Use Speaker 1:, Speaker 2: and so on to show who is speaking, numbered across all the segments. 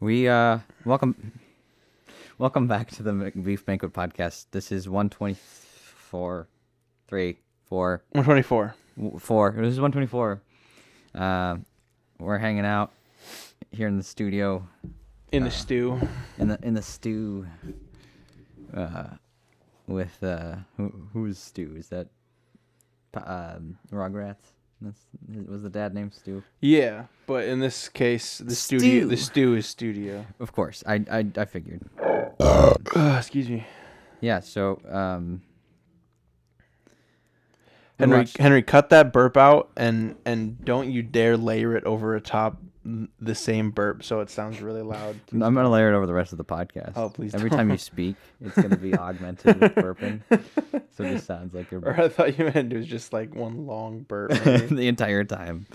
Speaker 1: We uh welcome welcome back to the Beef Banquet podcast. This is 124 3 4
Speaker 2: One twenty four.
Speaker 1: w- 4. This is 124. Uh, we're hanging out here in the studio
Speaker 2: In
Speaker 1: Ah.
Speaker 2: the stew.
Speaker 1: in the in the stew uh with uh who, who's Stu? Is that Pa- um Rugrats? That's was the dad name Stu?
Speaker 2: Yeah. But in this case the studio the
Speaker 1: Stew.
Speaker 2: stew is studio.
Speaker 1: Of course. I I I figured.
Speaker 2: Ugh, excuse me.
Speaker 1: Yeah, so um we
Speaker 2: Henry
Speaker 1: watched-
Speaker 2: Henry, cut that burp out and and don't you dare layer it over atop the same burp so it sounds really loud.
Speaker 1: I'm gonna layer it over the rest of the podcast.
Speaker 2: Oh, please
Speaker 1: Every time you speak, it's gonna be augmented with burping, so it just sounds like you're
Speaker 2: Or I thought you meant it was just like one long burp. maybe.
Speaker 1: burping the entire time.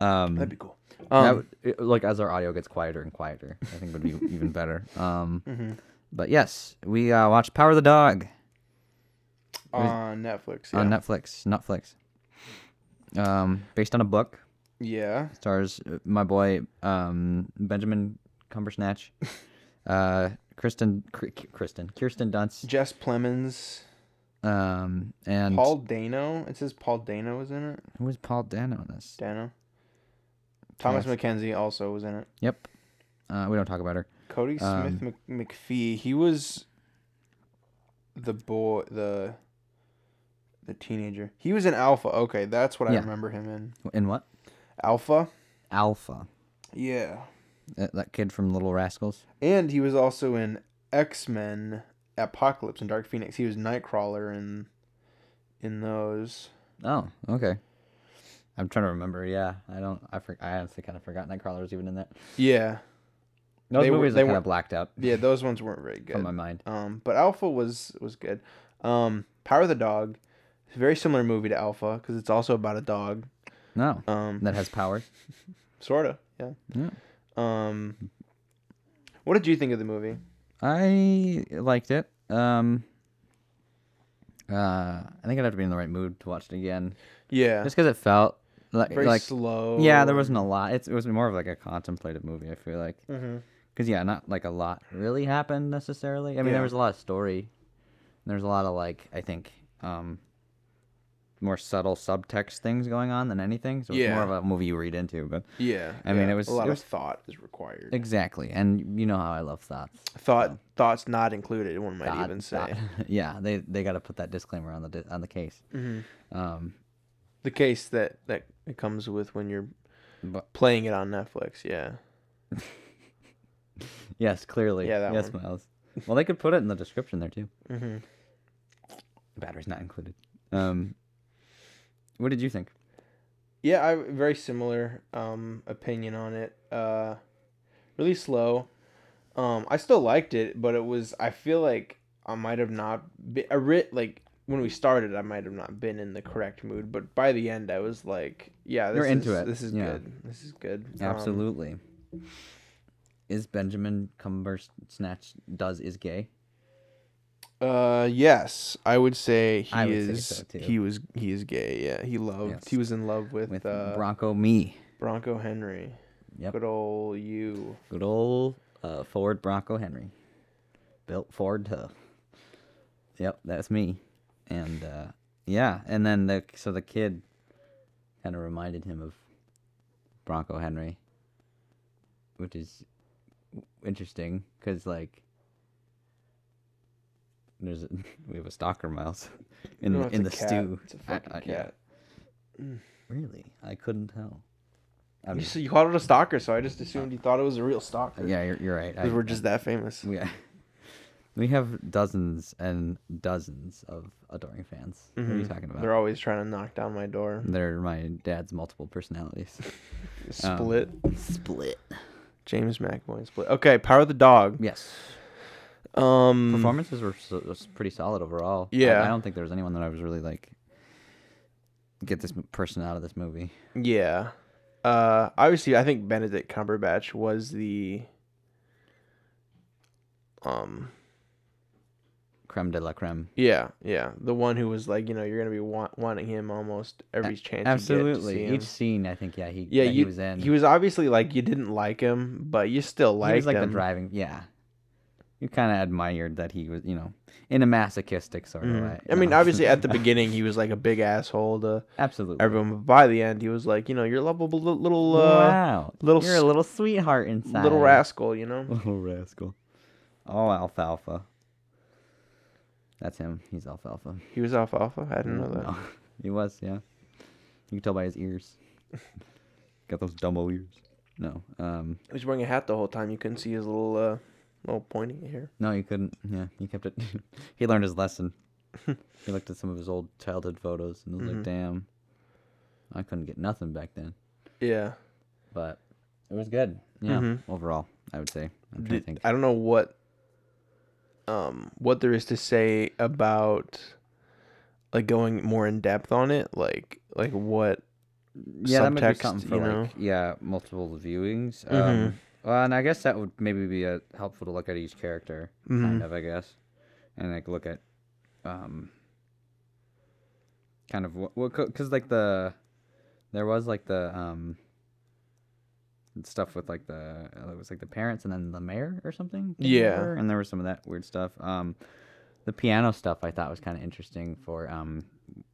Speaker 1: Um,
Speaker 2: That'd be cool.
Speaker 1: that
Speaker 2: Um,
Speaker 1: would- it- like as our audio gets quieter and quieter, I think would be even better. Um,
Speaker 2: Mm-hmm.
Speaker 1: but yes, we uh, watched Power of the Dog
Speaker 2: on Netflix. Yeah.
Speaker 1: on Netflix. Netflix, um, based on a book,
Speaker 2: yeah.
Speaker 1: stars uh, my boy um, Benjamin Cumbersnatch, uh, Kristen, Kr- Kristen, Kirsten Dunst.
Speaker 2: Jess Plemons.
Speaker 1: Um, and
Speaker 2: Paul Dano. It says Paul Dano was in it.
Speaker 1: who was Paul Dano in this?
Speaker 2: Dano. Thomas McKenzie also was in it.
Speaker 1: Yep. Uh, we don't talk about her.
Speaker 2: Cody Smith Mc- McPhee. He was the boy, the the teenager. He was in Alpha. Okay, that's what I
Speaker 1: Yeah.
Speaker 2: remember him in.
Speaker 1: In what?
Speaker 2: Alpha.
Speaker 1: Alpha.
Speaker 2: Yeah.
Speaker 1: That, that kid from Little Rascals.
Speaker 2: And he was also in X Men Apocalypse and Dark Phoenix. He was Nightcrawler in in those.
Speaker 1: Oh, okay. I'm trying to remember. Yeah, I don't. I for, I honestly kind of forgot Nightcrawler was even in that.
Speaker 2: Yeah.
Speaker 1: Those
Speaker 2: They were-
Speaker 1: movies
Speaker 2: they
Speaker 1: are kind
Speaker 2: were-
Speaker 1: of blacked out
Speaker 2: Yeah, those ones weren't very good.
Speaker 1: from my mind.
Speaker 2: Um, but Alpha was was good. Um, Power of the Dog, it's a very similar movie to Alpha because it's also about a dog.
Speaker 1: No,
Speaker 2: Um,
Speaker 1: that has power.
Speaker 2: sorta, yeah.
Speaker 1: Yeah.
Speaker 2: Um, what did you think of the movie?
Speaker 1: I liked it. Um. Uh, I think I'd have to be in the right mood to watch it again,
Speaker 2: Yeah,
Speaker 1: just because it felt like
Speaker 2: very
Speaker 1: like
Speaker 2: slow.
Speaker 1: yeah, there wasn't a lot. It's, it was more of like a contemplative movie. I feel like.
Speaker 2: hmm
Speaker 1: Because, yeah, not like a lot really happened necessarily. I mean,
Speaker 2: Yeah.
Speaker 1: there was a lot of story. And there's a lot of, like, I think, um, more subtle subtext things going on than anything. So it's
Speaker 2: Yeah.
Speaker 1: more of a movie you read into. But
Speaker 2: Yeah,
Speaker 1: I mean,
Speaker 2: yeah,
Speaker 1: it was-
Speaker 2: a lot
Speaker 1: it
Speaker 2: of
Speaker 1: was-
Speaker 2: thought is required.
Speaker 1: exactly. And you know how I love thoughts.
Speaker 2: thought thoughts not included. One might
Speaker 1: Thought-
Speaker 2: even say
Speaker 1: thought. yeah, they they got to put that disclaimer on the di- on the case.
Speaker 2: Mhm.
Speaker 1: Um,
Speaker 2: the case that that it comes with when you're
Speaker 1: but
Speaker 2: playing it on Netflix. Yeah,
Speaker 1: yes, clearly.
Speaker 2: Yeah, that
Speaker 1: yes,
Speaker 2: one.
Speaker 1: Miles. Well, they could put it in the description there too.
Speaker 2: hmm
Speaker 1: Batteries not included. Um, what did you think?
Speaker 2: yeah, I very similar um opinion on it. Uh, really slow. Um, I still liked it, but it was. I feel like I might have not been a writ like when we started. I might have not been in the correct mood, but by the end, I was like, yeah, this
Speaker 1: You're into
Speaker 2: is-
Speaker 1: it,
Speaker 2: This is
Speaker 1: yeah.
Speaker 2: good. This is good. Um,
Speaker 1: Absolutely. is Benjamin Cumbersnatch does is gay?
Speaker 2: uh, yes, I would say he
Speaker 1: I would say
Speaker 2: is.
Speaker 1: so, too.
Speaker 2: He was. He is gay. Yeah, he loved.
Speaker 1: Yes.
Speaker 2: He was in love with,
Speaker 1: With
Speaker 2: uh,
Speaker 1: Bronco Me,
Speaker 2: Bronco Henry.
Speaker 1: Yep.
Speaker 2: Good old you.
Speaker 1: good old uh, Ford Bronco Henry, built Ford tough. Yep, that's me. And uh, yeah, and then the so the kid kind of reminded him of Bronco Henry, which is interesting because like there's a, we have a stalker mouse in
Speaker 2: No,
Speaker 1: the
Speaker 2: it's
Speaker 1: in
Speaker 2: a
Speaker 1: the
Speaker 2: cat.
Speaker 1: stew.
Speaker 2: It's a
Speaker 1: I-
Speaker 2: fucking
Speaker 1: I-
Speaker 2: cat.
Speaker 1: yeah. Really? I couldn't tell. I
Speaker 2: You,
Speaker 1: mean,
Speaker 2: s- you called it a stalker, so I just assumed you thought it was a real stalker.
Speaker 1: yeah, you're, you're right. I,
Speaker 2: because we're just that famous.
Speaker 1: we, we have dozens and dozens of adoring fans. What are you talking about? They're,
Speaker 2: Mm-hmm. They're always trying to knock down my door.
Speaker 1: my dad's multiple personalities. Um,
Speaker 2: Split.
Speaker 1: Split.
Speaker 2: James McAvoy. Split. Okay. Power of the dog.
Speaker 1: Yes.
Speaker 2: Um.
Speaker 1: Performances were so, was pretty solid overall. I-
Speaker 2: Yeah.
Speaker 1: I, don't think there was anyone that I was really like, get this m- person out of this movie.
Speaker 2: Yeah. Uh. Obviously, I think Benedict Cumberbatch was the. Um.
Speaker 1: creme de la creme.
Speaker 2: Yeah, yeah. The one who was like, you know, you're gonna be want, wanting him almost every chance. You
Speaker 1: Absolutely.
Speaker 2: get to see him.
Speaker 1: Each scene, I think, yeah, he
Speaker 2: Yeah,
Speaker 1: that he
Speaker 2: you-
Speaker 1: was in.
Speaker 2: He was obviously like you didn't like him, but you still
Speaker 1: He
Speaker 2: liked
Speaker 1: was like
Speaker 2: him.
Speaker 1: the driving. Yeah, you kind of admired that he was, you know, in a masochistic sort of
Speaker 2: Mhm.
Speaker 1: way.
Speaker 2: I
Speaker 1: you
Speaker 2: mean,
Speaker 1: know?
Speaker 2: obviously at the beginning he was like a big asshole to
Speaker 1: absolutely.
Speaker 2: everyone, but by the end he was like, you know, you're a lovable li- little uh,
Speaker 1: wow,
Speaker 2: little
Speaker 1: you're a
Speaker 2: s-
Speaker 1: little sweetheart inside.
Speaker 2: little rascal, you know.
Speaker 1: Little rascal. Oh, alfalfa. That's him. He's alfalfa.
Speaker 2: He was alfalfa. I didn't know that.
Speaker 1: No. he was, yeah. You can tell by his ears. Got those dumbo ears. No, um,
Speaker 2: He was wearing a hat the whole time. You couldn't see his little uh, little pointy hair.
Speaker 1: no, you couldn't. Yeah, he kept it. he learned his lesson. he looked at some of his old childhood photos and was like,
Speaker 2: Mhm.
Speaker 1: "Damn, I couldn't get nothing back then."
Speaker 2: Yeah.
Speaker 1: But it was good. Yeah,
Speaker 2: Mhm.
Speaker 1: overall, I would say. I'm trying
Speaker 2: Did-
Speaker 1: to think.
Speaker 2: I don't know what um what there is to say about like going more in depth on it, like like what
Speaker 1: yeah, that might be
Speaker 2: subtext,
Speaker 1: something for
Speaker 2: you know?
Speaker 1: like yeah, multiple viewings.
Speaker 2: Mhm.
Speaker 1: Um, well, and I guess that would maybe be a, helpful to look at each character, kind
Speaker 2: Mhm.
Speaker 1: of, I guess, and like look at, um, kind of what what because like the there was like the um stuff with like the uh, it was like the parents and then the mayor or something. taking
Speaker 2: Yeah.
Speaker 1: over, and there was some of that weird stuff. Um, the piano stuff I thought was kind of interesting for um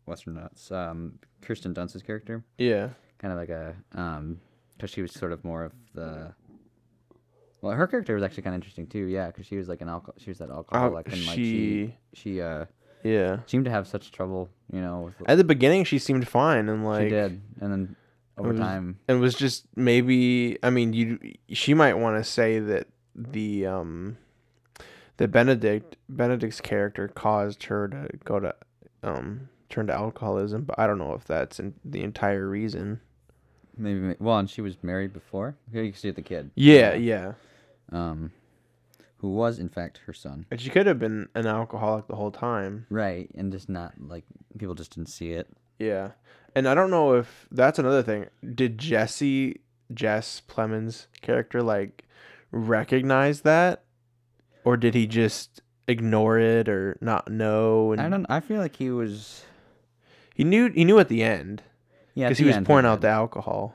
Speaker 1: Western Nuts. Um, Kirsten Dunst's character
Speaker 2: yeah.
Speaker 1: kind of like a um because she was sort of more of the well her character was actually kind of interesting too yeah because she was like an alcohol she was that alcoholic and like
Speaker 2: Oh,
Speaker 1: she she uh
Speaker 2: yeah.
Speaker 1: seemed to have such trouble you know with
Speaker 2: At the beginning she seemed fine and like
Speaker 1: she did and then over
Speaker 2: was-
Speaker 1: time
Speaker 2: and was just maybe I mean you she might want to say that the um that Benedict Benedict's character caused her to go to um turn to alcoholism, but I don't know if that's in the entire reason.
Speaker 1: maybe ma- well and she was married before here you can see the kid
Speaker 2: Yeah, yeah.
Speaker 1: um who was in fact her son
Speaker 2: And she could have been an alcoholic the whole time.
Speaker 1: right and just not like people just didn't see it
Speaker 2: Yeah. And I don't know if that's another thing. Did Jesse Jess Plemons character like recognize that? Or did he just ignore it or not know and
Speaker 1: I don't I feel like he was
Speaker 2: he knew he knew at the end
Speaker 1: yeah at
Speaker 2: because he
Speaker 1: the
Speaker 2: was
Speaker 1: end
Speaker 2: pouring out
Speaker 1: did.
Speaker 2: the alcohol.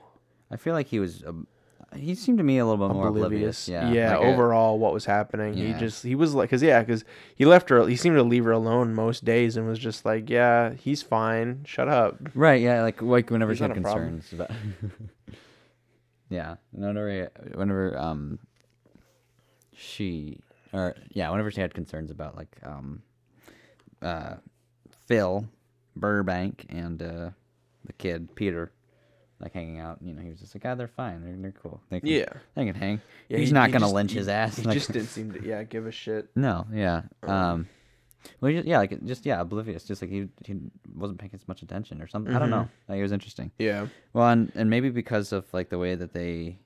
Speaker 1: I feel like he was. Um, he seemed to me a little bit more oblivious.
Speaker 2: oblivious.
Speaker 1: Yeah. like a-
Speaker 2: overall, what was happening? He
Speaker 1: Yeah.
Speaker 2: just he was like, cause yeah, cause he left her. He seemed to leave her alone most days, and was just like, yeah, he's fine. Shut up.
Speaker 1: right. Yeah. Like like whenever
Speaker 2: He's
Speaker 1: she had
Speaker 2: not a problem.
Speaker 1: concerns about. yeah. Whenever whenever um. She or yeah, whenever she had concerns about like um, uh, Phil, Burbank, and uh, the kid Peter. Like hanging out, you know, he was just like, "Ah, they're fine, they're, they're cool, they can,
Speaker 2: Yeah.
Speaker 1: they can hang."
Speaker 2: Yeah,
Speaker 1: he's
Speaker 2: he-
Speaker 1: not
Speaker 2: he
Speaker 1: gonna
Speaker 2: just-
Speaker 1: lynch
Speaker 2: he-
Speaker 1: his ass.
Speaker 2: He
Speaker 1: like-
Speaker 2: just didn't seem to yeah give a shit.
Speaker 1: No, yeah.
Speaker 2: Um,
Speaker 1: Um, well, just, yeah, like it- just yeah, oblivious. Just like he he wasn't paying as much attention or something. I don't
Speaker 2: Mhm.
Speaker 1: know. Like it was interesting.
Speaker 2: Yeah.
Speaker 1: Well, and, and maybe because of like the way that they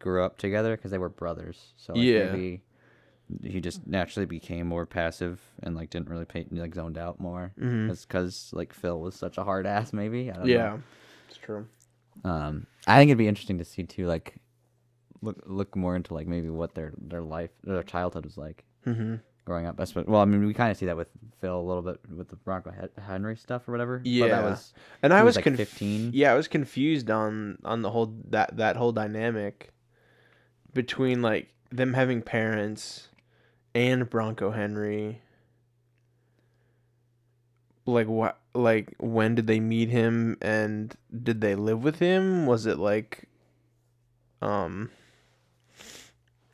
Speaker 1: grew up together, because they were brothers. So like,
Speaker 2: Yeah.
Speaker 1: maybe he just naturally became more passive and like didn't really pay like zoned out more
Speaker 2: hmm
Speaker 1: because like Phil was such a hard ass. Maybe I don't know.
Speaker 2: Yeah. It's true.
Speaker 1: Um, I think it'd be interesting to see too. Like look look more into like maybe what their their life their childhood was like
Speaker 2: Mm-hmm.
Speaker 1: growing up. I suppose. Well, I mean, we kind of see that with Phil a little bit with the Bronco He- Henry stuff or whatever. but that
Speaker 2: Yeah.
Speaker 1: was
Speaker 2: And
Speaker 1: He
Speaker 2: I
Speaker 1: was,
Speaker 2: was,
Speaker 1: like,
Speaker 2: conf-
Speaker 1: 15.
Speaker 2: Yeah, I was confused on on the whole that that whole dynamic between like them having parents and Bronco Henry. Like what? Like when did they meet him and did they live with him? Was it like, um,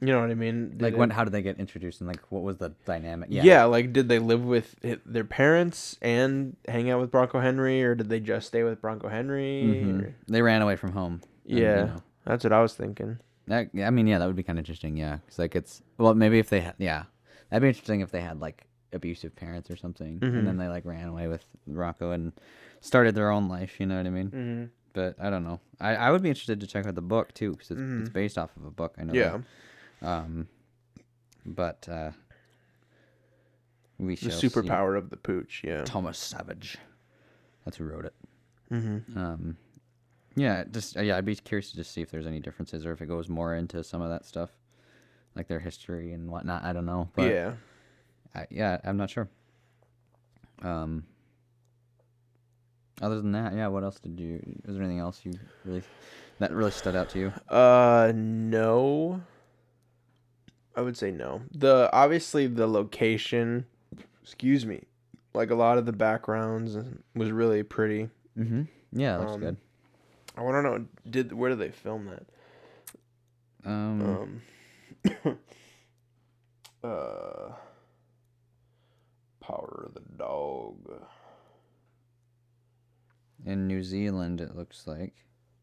Speaker 2: you know what I mean? Did
Speaker 1: like
Speaker 2: it-
Speaker 1: when. How did they get introduced and like what was the dynamic?
Speaker 2: Yeah. like did they live with hi- their parents and hang out with Bronco Henry, or did they just stay with Bronco Henry?
Speaker 1: Mhm.
Speaker 2: or-
Speaker 1: They ran away from home. and, you
Speaker 2: Mm-hmm. Yeah,
Speaker 1: know,
Speaker 2: that's what I was thinking.
Speaker 1: that, yeah, I mean, yeah, that would be kind of interesting. Yeah, 'Cause, like it's well, maybe if they had, yeah, that'd be interesting if they had like abusive parents or something, and
Speaker 2: Mm-hmm.
Speaker 1: then they like ran away with Rocco and started their own life. You know what I mean?
Speaker 2: Mm-hmm.
Speaker 1: But I don't know. I, I would be interested to check out the book too because it's, it's
Speaker 2: Mhm.
Speaker 1: based off of a book. I know. that.
Speaker 2: Yeah,
Speaker 1: Um, but uh, we
Speaker 2: the
Speaker 1: shall see.
Speaker 2: superpower of the pooch. Yeah.
Speaker 1: Thomas Savage. That's who wrote it.
Speaker 2: Mm-hmm.
Speaker 1: Um, yeah, just uh, yeah, I'd be curious to just see if there's any differences or if it goes more into some of that stuff, like their history and whatnot. I don't know, but
Speaker 2: yeah.
Speaker 1: I, yeah, I'm not sure. Um. Other than that, yeah. What else did you? Was there anything else you really that really stood out to you?
Speaker 2: Uh, no. I would say no. The obviously the location, excuse me, like a lot of the backgrounds was really pretty.
Speaker 1: Mm-hmm. Yeah, looks
Speaker 2: Um,
Speaker 1: good.
Speaker 2: I want to know did where did they film that?
Speaker 1: Um,
Speaker 2: Um, uh, Power of the Dog.
Speaker 1: in New Zealand, it looks like.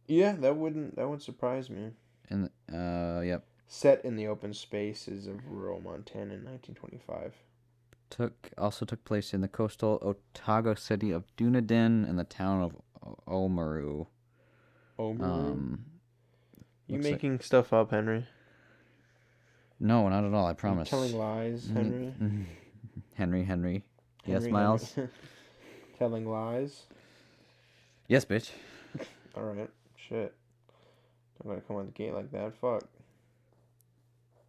Speaker 2: Yeah, that wouldn't that would surprise me.
Speaker 1: And uh, yep,
Speaker 2: Set in the open spaces of rural Montana in 1925.
Speaker 1: took also took place in the coastal Otago city of Dunedin and the town of O- Oamaru.
Speaker 2: Oh,
Speaker 1: Um,
Speaker 2: you
Speaker 1: looks like-
Speaker 2: making stuff up, Henry?
Speaker 1: no, not at all. I
Speaker 2: You
Speaker 1: promise.
Speaker 2: telling lies,
Speaker 1: Mm,
Speaker 2: Henry?
Speaker 1: mm. Henry, Henry. Yes,
Speaker 2: Henry,
Speaker 1: Miles.
Speaker 2: Henry. telling lies.
Speaker 1: Yes, bitch.
Speaker 2: All right, shit. I'm gonna come on the gate like that. Fuck.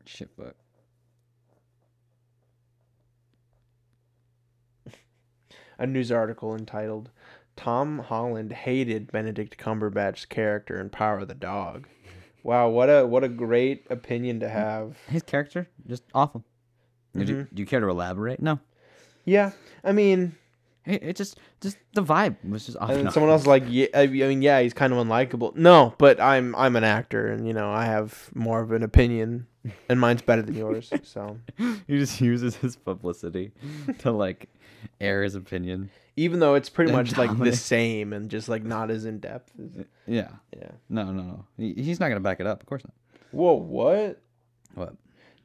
Speaker 1: Shit, but
Speaker 2: a news article entitled Tom Holland hated Benedict Cumberbatch's character in Power of the Dog. Wow, what a what a great opinion to have.
Speaker 1: his character just awful. Do, you,
Speaker 2: Mm-hmm.
Speaker 1: do you care to elaborate? No.
Speaker 2: Yeah, I mean,
Speaker 1: It, it just just the vibe was just
Speaker 2: and
Speaker 1: awful.
Speaker 2: then someone else is like, yeah, I mean, yeah, he's kind of unlikable. No, but I'm I'm an actor, and you know, I have more of an opinion, and mine's better than yours. So
Speaker 1: he just uses his publicity to like air his opinion.
Speaker 2: even though it's pretty
Speaker 1: Then
Speaker 2: much like the
Speaker 1: dominate.
Speaker 2: same, and just like not as in depth. as-
Speaker 1: Yeah.
Speaker 2: Yeah.
Speaker 1: No, no, no. He, he's not gonna back it up. Of course not.
Speaker 2: Whoa, what?
Speaker 1: What?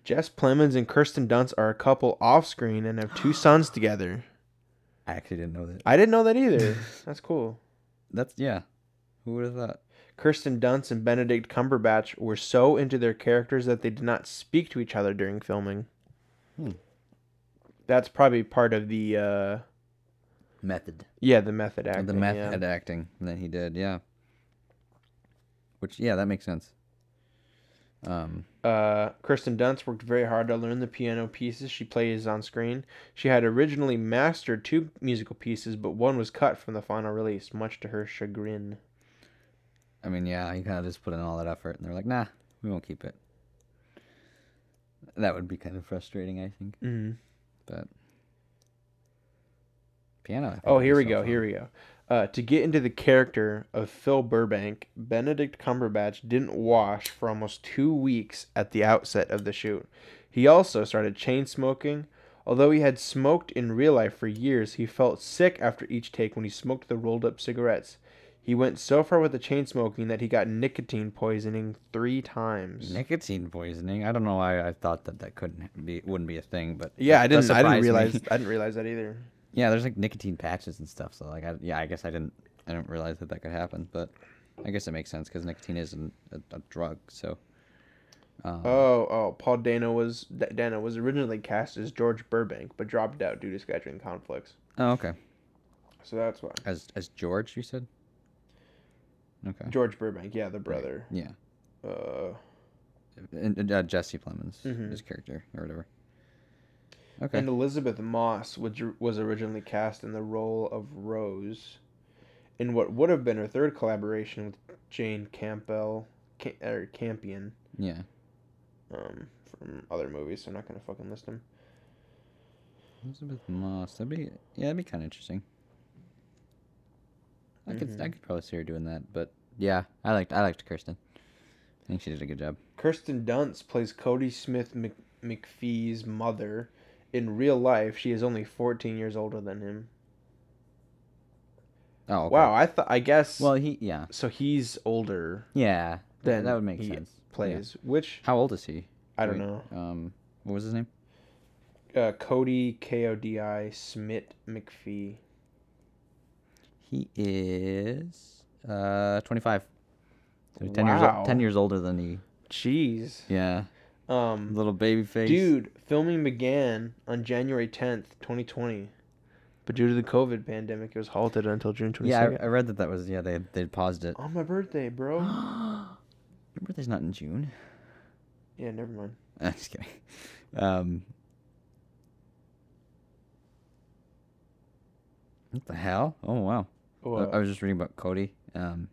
Speaker 2: Jess Plemons and Kirsten Dunst are a couple off screen and have two sons together.
Speaker 1: I actually didn't know that.
Speaker 2: I didn't know that either. That's cool.
Speaker 1: That's yeah. Who would have thought?
Speaker 2: Kirsten Dunst and Benedict Cumberbatch were so into their characters that they did not speak to each other during filming.
Speaker 1: Hmm.
Speaker 2: That's probably part of the uh
Speaker 1: Method.
Speaker 2: yeah, the method acting.
Speaker 1: the
Speaker 2: yeah.
Speaker 1: method acting that he did. Yeah. Which yeah, that makes sense. Um.
Speaker 2: Uh, Kirsten Dunst worked very hard to learn the piano pieces she plays on screen. She had originally mastered two musical pieces, but one was cut from the final release, much to her chagrin.
Speaker 1: I mean, yeah, he kind of just put in all that effort, and they're like, nah, we won't keep it. That would be kind of frustrating, I think.
Speaker 2: Mm-hmm.
Speaker 1: But piano. I think,
Speaker 2: Oh,
Speaker 1: would be
Speaker 2: here we
Speaker 1: so
Speaker 2: go.
Speaker 1: fun.
Speaker 2: Here we go. Uh, to get into the character of Phil Burbank, Benedict Cumberbatch didn't wash for almost two weeks at the outset of the shoot. He also started chain smoking. Although he had smoked in real life for years, he felt sick after each take when he smoked the rolled up cigarettes. He went so far with the chain smoking that he got nicotine poisoning three times.
Speaker 1: Nicotine poisoning. I don't know why I thought that that couldn't be wouldn't be a thing, but
Speaker 2: yeah, I
Speaker 1: that- that
Speaker 2: didn't. I didn't
Speaker 1: surprised me.
Speaker 2: realize. I didn't realize that either.
Speaker 1: Yeah, there's like nicotine patches and stuff. So like, I, yeah, I guess I didn't, I didn't realize that that could happen. But I guess it makes sense because nicotine is an, a, a drug. So um,
Speaker 2: Oh, oh, Paul Dano was D- Dano was originally cast as George Burbank, but dropped out due to scheduling conflicts.
Speaker 1: oh, okay.
Speaker 2: So that's why
Speaker 1: As as George, you said. Okay.
Speaker 2: George Burbank, yeah, the brother.
Speaker 1: Yeah.
Speaker 2: Uh,
Speaker 1: And, and, uh, Jesse Plemons,
Speaker 2: Mhm.
Speaker 1: his character or whatever. Okay.
Speaker 2: and Elizabeth Moss was was originally cast in the role of Rose, in what would have been her third collaboration with Jane Campbell Ca- or Campion
Speaker 1: yeah.
Speaker 2: um, from other movies. So I'm not gonna fucking list them.
Speaker 1: Elizabeth Moss. That'd be yeah. That'd be kind of interesting. I could I
Speaker 2: Mhm.
Speaker 1: could probably see her doing that, but yeah, I liked I liked Kirsten. I think she did a good job.
Speaker 2: Kirsten Dunst plays Cody Smith Mc- McPhee's mother. In real life, she is only 14 years older than him.
Speaker 1: Oh okay.
Speaker 2: Wow, I thought I guess
Speaker 1: Well, he yeah
Speaker 2: so he's older
Speaker 1: yeah. Then
Speaker 2: Then
Speaker 1: that would make
Speaker 2: he
Speaker 1: sense. Yeah.
Speaker 2: plays which
Speaker 1: How old is he?
Speaker 2: I don't
Speaker 1: Wait,
Speaker 2: know.
Speaker 1: Um, what was his name?
Speaker 2: Uh, Cody K O D I Smith McPhee.
Speaker 1: He is uh 25. So he's 10 years
Speaker 2: Wow.
Speaker 1: old, 10 years older than he.
Speaker 2: Jeez.
Speaker 1: Yeah.
Speaker 2: Um
Speaker 1: Little baby face.
Speaker 2: dude, filming began on January 10th, 2020. But due to the COVID pandemic, it was halted until June 22nd.
Speaker 1: Yeah, I, I read that that was yeah, they they paused it.
Speaker 2: on my birthday, bro.
Speaker 1: Your birthday's not in June.
Speaker 2: yeah, never mind.
Speaker 1: I'm just kidding. Um, What the hell? Oh wow. I- I
Speaker 2: Whoa.
Speaker 1: was just reading about Cody. Um,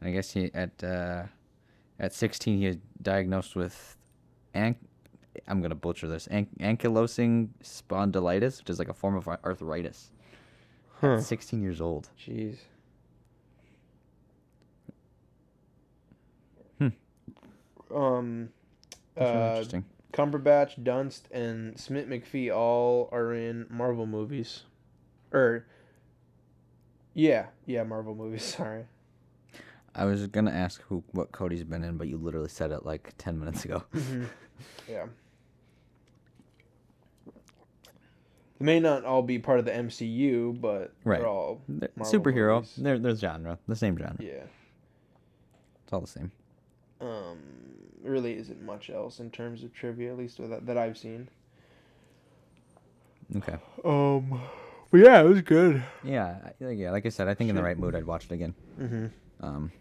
Speaker 1: I guess he at uh, at 16 he was diagnosed with an- I'm gonna butcher this an- ankylosing spondylitis, which is like a form of ar- arthritis.
Speaker 2: Huh.
Speaker 1: 16 years old.
Speaker 2: Jeez.
Speaker 1: Hmm.
Speaker 2: Um,
Speaker 1: That's really
Speaker 2: uh,
Speaker 1: interesting.
Speaker 2: Cumberbatch, Dunst, and Smith McPhee all are in Marvel movies, or yeah, yeah, Marvel movies. Sorry.
Speaker 1: I was gonna ask who what Cody's been in, but you literally said it like 10 minutes ago.
Speaker 2: Mhm. yeah. They may not all be part of the MCU, but
Speaker 1: Right.
Speaker 2: they're all
Speaker 1: They're
Speaker 2: Marvel
Speaker 1: Superhero.
Speaker 2: movies.
Speaker 1: They're, they're genre. The same genre.
Speaker 2: yeah.
Speaker 1: It's all the same.
Speaker 2: Um, really isn't much else in terms of trivia, at least that that I've seen.
Speaker 1: Okay.
Speaker 2: Um, but yeah, it was good.
Speaker 1: Yeah. I- Yeah. Like I said, I think in the right mood, I'd watch it again.
Speaker 2: Mm-hmm.
Speaker 1: Um,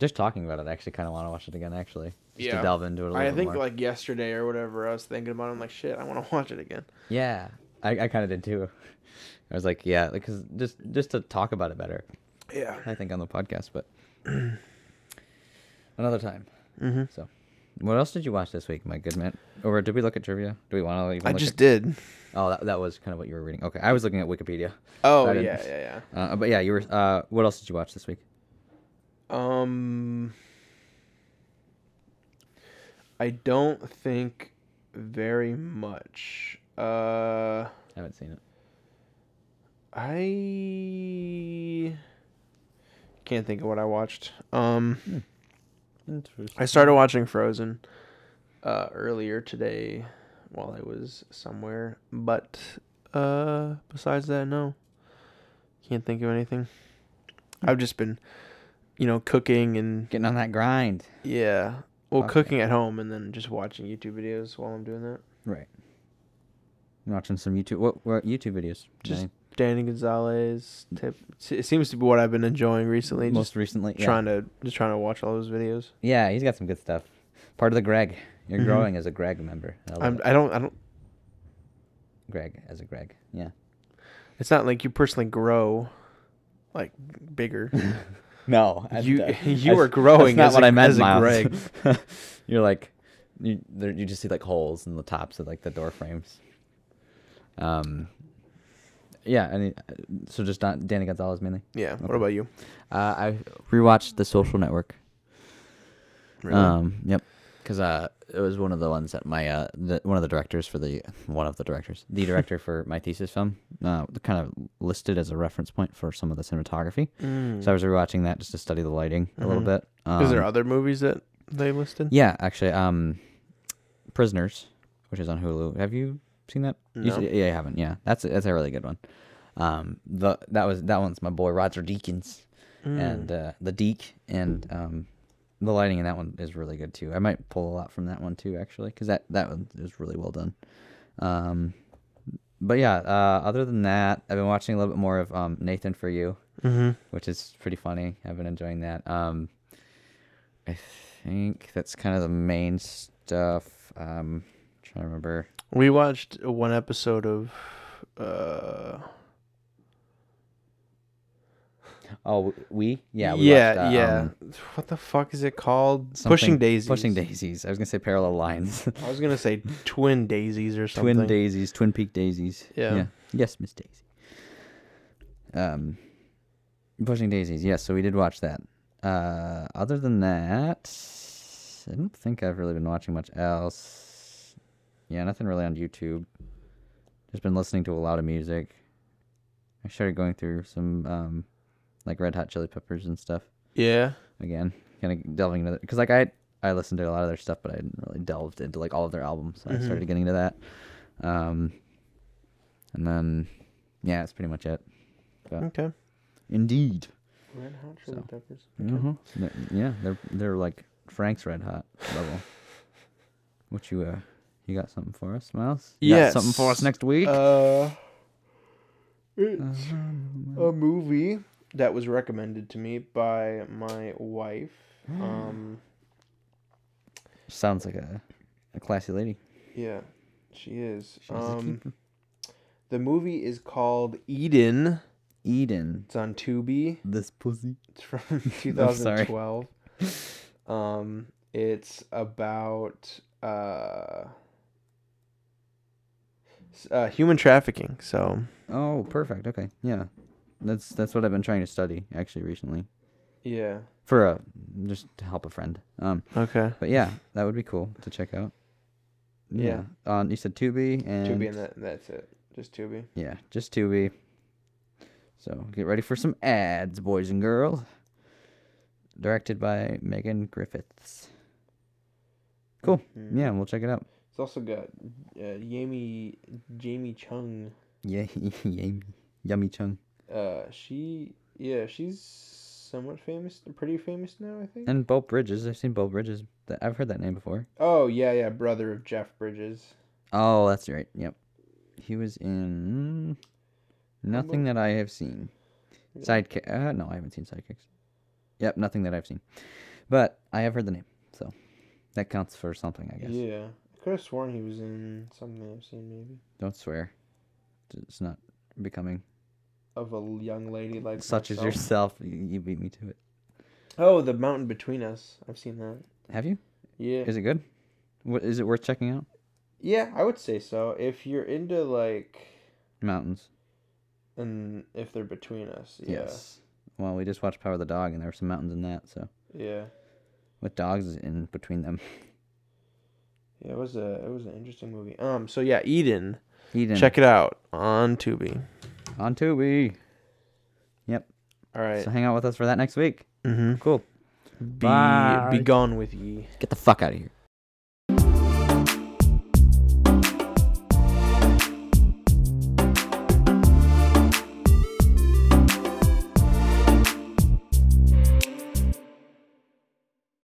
Speaker 1: just talking about it, I actually kind of want to watch it again. Actually, just
Speaker 2: Yeah.
Speaker 1: to delve into it a little
Speaker 2: I
Speaker 1: bit
Speaker 2: think
Speaker 1: more.
Speaker 2: like yesterday or whatever, I was thinking about. It, I'm like, shit, I want to watch it again.
Speaker 1: yeah, I, I kind of did too. I was like, yeah, because just just to talk about it better,
Speaker 2: Yeah.
Speaker 1: I think on the podcast, but another time.
Speaker 2: Mm-hmm.
Speaker 1: So, what else did you watch this week, my good man? Or did we look at trivia? Do we want to?
Speaker 2: I just did.
Speaker 1: oh, that, that was kind of what you were reading. Okay, I was looking at Wikipedia.
Speaker 2: Oh
Speaker 1: I didn't-
Speaker 2: yeah, yeah,
Speaker 1: Uh, but yeah, you were. Uh, what else did you watch this week?
Speaker 2: yeah. Um, I don't think very much. Uh,
Speaker 1: I haven't seen it.
Speaker 2: I can't think of what I watched. Um.
Speaker 1: Interesting.
Speaker 2: I started watching Frozen uh, earlier today while I was somewhere, but uh, besides that, no, can't think of anything. I've just been, you know, cooking and
Speaker 1: Getting on that grind.
Speaker 2: yeah, well,
Speaker 1: Okay.
Speaker 2: cooking at home and then just watching YouTube videos while I'm doing that.
Speaker 1: Right. I'm watching some YouTube. What, what YouTube videos?
Speaker 2: Just
Speaker 1: Danny?
Speaker 2: Danny Gonzalez, tip. It seems to be what I've been enjoying recently.
Speaker 1: most
Speaker 2: Just
Speaker 1: recently. Yeah.
Speaker 2: trying to just trying to watch all those videos.
Speaker 1: yeah, he's got some good stuff. Part of the Greg. You're
Speaker 2: Mhm.
Speaker 1: growing as a Greg member. I love
Speaker 2: I'm,
Speaker 1: it.
Speaker 2: I don't I don't.
Speaker 1: Greg as a Greg. Yeah.
Speaker 2: It's not like you personally grow, like bigger.
Speaker 1: No,
Speaker 2: You-
Speaker 1: that-
Speaker 2: you are growing
Speaker 1: That's not what
Speaker 2: as a-
Speaker 1: I meant,
Speaker 2: as a
Speaker 1: Miles. You're like, you there, you just see like holes in the tops of like the door frames. Um. Yeah, and he- so just Don, Danny Gonzalez mainly.
Speaker 2: Yeah. What about you?
Speaker 1: Uh, I rewatched The Social Network. Um, yep. Because uh, it was one of the ones that my uh, the, one of the directors for the one of the directors, the director for my thesis film, uh, kind of listed as a reference point for some of the cinematography.
Speaker 2: Mm.
Speaker 1: So I was rewatching that just to study the lighting a little
Speaker 2: Mhm.
Speaker 1: bit. Um,
Speaker 2: Is there other movies that they listed?
Speaker 1: yeah, actually, um, Prisoners, which is on Hulu. Have you seen that? You
Speaker 2: No.
Speaker 1: should- yeah, I haven't. Yeah, that's a, that's a really good one. Um, the that was that one's my boy Roger Deakins and uh, the Deke and um, the lighting in that one is really good too. I might pull a lot from that one too, actually, because that that one is really well done. Um, but yeah, uh, other than that, I've been watching a little bit more of um, Nathan for You,
Speaker 2: Mm-hmm.
Speaker 1: which is pretty funny. I've been enjoying that. Um, I think that's kind of the main stuff. Um, trying to remember.
Speaker 2: We watched one episode of. Uh,
Speaker 1: Oh, we yeah we
Speaker 2: yeah,
Speaker 1: watched, uh,
Speaker 2: yeah.
Speaker 1: um,
Speaker 2: what the fuck is it called?
Speaker 1: something-
Speaker 2: Pushing Daisies.
Speaker 1: Pushing daisies. I was gonna say parallel lines.
Speaker 2: I was gonna say Twin Daisies or something.
Speaker 1: Twin daisies, twin peak daisies.
Speaker 2: Yeah.
Speaker 1: Yes, Miss Daisy. Um, pushing daisies. Yes, so we did watch that. Uh, other than that, I don't think I've really been watching much else. Yeah, nothing really on YouTube. Just been listening to a lot of music. I started going through some um, like Red Hot Chili Peppers and stuff
Speaker 2: Yeah.
Speaker 1: again, kind of delving into because like I I listened to a lot of their stuff, but I didn't really delved into like all of their albums. So I
Speaker 2: Mhm.
Speaker 1: started getting into that, um, and then yeah, that's pretty much it.
Speaker 2: Okay.
Speaker 1: Indeed.
Speaker 2: Red Hot
Speaker 1: Chili So.
Speaker 2: Peppers.
Speaker 1: yeah, they're they're like Frank's Red Hot level. What you uh, you got something for us, Miles? You got something for us
Speaker 2: Yes.
Speaker 1: next week.
Speaker 2: Uh, it's
Speaker 1: Uh-huh.
Speaker 2: a movie that was recommended to me by my wife. Um.
Speaker 1: Sounds like a a classy lady.
Speaker 2: Yeah, she is.
Speaker 1: She's a
Speaker 2: um,
Speaker 1: keeper.
Speaker 2: The movie is called Eden.
Speaker 1: Eden,
Speaker 2: It's on Tubi.
Speaker 1: this pussy.
Speaker 2: It's from
Speaker 1: I'm sorry.
Speaker 2: 2012. um, it's about uh, s- uh, human trafficking. So
Speaker 1: Oh, perfect. Okay, yeah, that's that's what I've been trying to study actually recently
Speaker 2: yeah,
Speaker 1: for a just to help a friend. Um,
Speaker 2: okay.
Speaker 1: but yeah, that would be cool to check out.
Speaker 2: Yeah.
Speaker 1: On you said Tubi and
Speaker 2: Tubi and that, that's it. Just Tubi.
Speaker 1: yeah, just Tubi. So get ready for some ads, boys and girls. Directed by Megan Griffiths. Cool.
Speaker 2: Mhm.
Speaker 1: Yeah, we'll check it out.
Speaker 2: It's also got uh, Jamie Jamie Chung.
Speaker 1: Yeah, yummy, yummy chung.
Speaker 2: Uh, she yeah, she's somewhat famous, pretty famous now, I think.
Speaker 1: And Bo Bridges. I've seen Bo Bridges. Th- I've heard that name before.
Speaker 2: oh yeah, yeah, brother of Jeff Bridges.
Speaker 1: Oh, that's right. Yep. He was in hmm, nothing that I have seen.
Speaker 2: Yeah.
Speaker 1: Sidekick. Uh, no, I haven't seen Sidekicks. Yep, nothing that I've seen. But I have heard the name, so that counts for something, I guess.
Speaker 2: Yeah, I could have sworn he was in something I've seen maybe
Speaker 1: Don't swear. It's not becoming
Speaker 2: of a l- young lady like
Speaker 1: such as
Speaker 2: myself.
Speaker 1: yourself. You you beat me to it.
Speaker 2: Oh, the mountain between us. I've seen that.
Speaker 1: Have you?
Speaker 2: Yeah,
Speaker 1: Is it good? What is it worth checking out?
Speaker 2: yeah, I would say so. If you're into like,
Speaker 1: Mountains.
Speaker 2: and if they're between us, yeah,
Speaker 1: Yes. Well, we just watched Power of the Dog, and there were some mountains in that. So
Speaker 2: yeah,
Speaker 1: with dogs in between them,
Speaker 2: yeah. It was a it was an interesting movie. Um, so yeah, Eden.
Speaker 1: Eden
Speaker 2: Check it out on Tubi.
Speaker 1: on Tubi.
Speaker 2: All right.
Speaker 1: So hang out with us for that next week.
Speaker 2: Mm-hmm.
Speaker 1: Cool.
Speaker 2: Be
Speaker 1: Bye.
Speaker 2: be gone with ye.
Speaker 1: Get the fuck out of here.